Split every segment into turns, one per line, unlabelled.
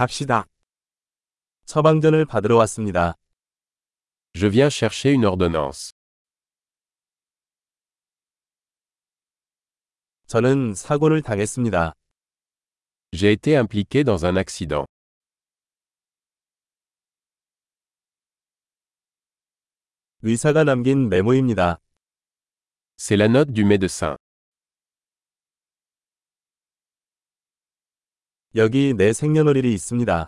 갑시다. 처방전을 받으러 왔습니다.
Je viens chercher une ordonnance.
저는 사고를 당했습니다.
J'ai été impliqué dans un accident.
의사가 남긴 메모입니다.
C'est la note du médecin.
여기 내 생년월일이 있습니다.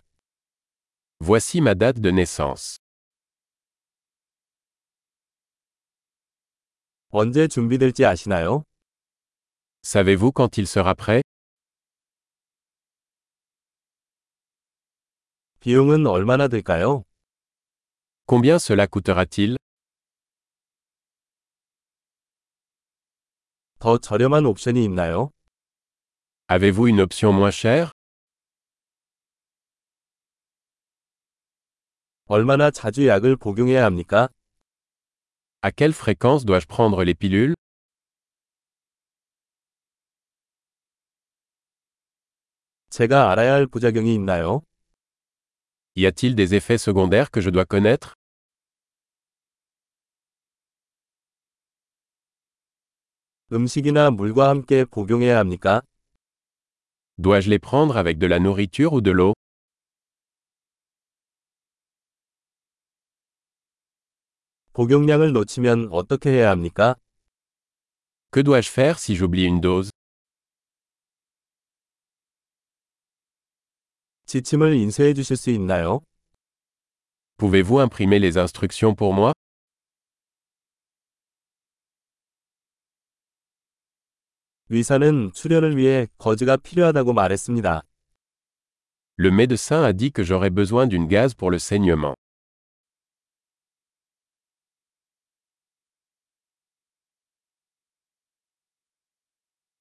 Voici ma date de naissance.
언제 준비될지 아시나요?
Savez-vous quand il sera prêt
비용은 얼마나 들까요?
Combien cela coûtera-t-il
더 저렴한 옵션이 있나요?
Avez-vous une option moins chère
얼마나 자주 약을 복용해야 합니까?
À quelle fréquence dois-je prendre les pilules
제가 알아야 할 부작용이 있나요?
Y a-t-il des effets secondaires que je dois connaître
음식이나 물과 함께 복용해야 합니까?
Dois-je les prendre avec de la nourriture ou de l'eau
복용량을 놓치면 어떻게 해야 합니까?
Que dois-je faire si j'oublie une dose
지침을 인쇄해 주실 수 있나요?
Pouvez-vous imprimer les instructions pour moi
의사는 출혈을 위해 거즈가 필요하다고 말했습니다.
Le médecin a dit que j'aurais besoin d'une gaz pour le saignement.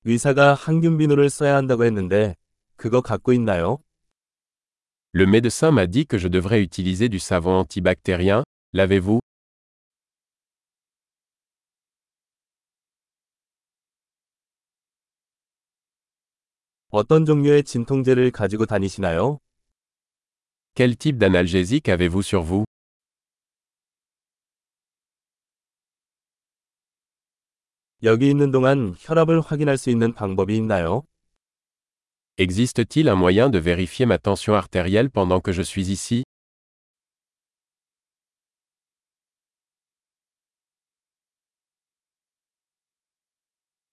의사가 항균 비누를 써야 한다고 했는데 그거 갖고 있나요?
Le médecin m'a dit que je devrais utiliser du savon antibactérien, l'avez-vous
어떤 종류의 진통제를 가지고 다니시나요?
Quel type d'analgésique avez-vous sur vous
여기 있는 동안 혈압을 확인할 수 있는 방법이 있나요?
Existe-t-il un moyen de vérifier ma tension artérielle pendant que je suis ici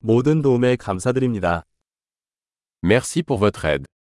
모든 도움에 감사드립니다.
Merci pour votre aide.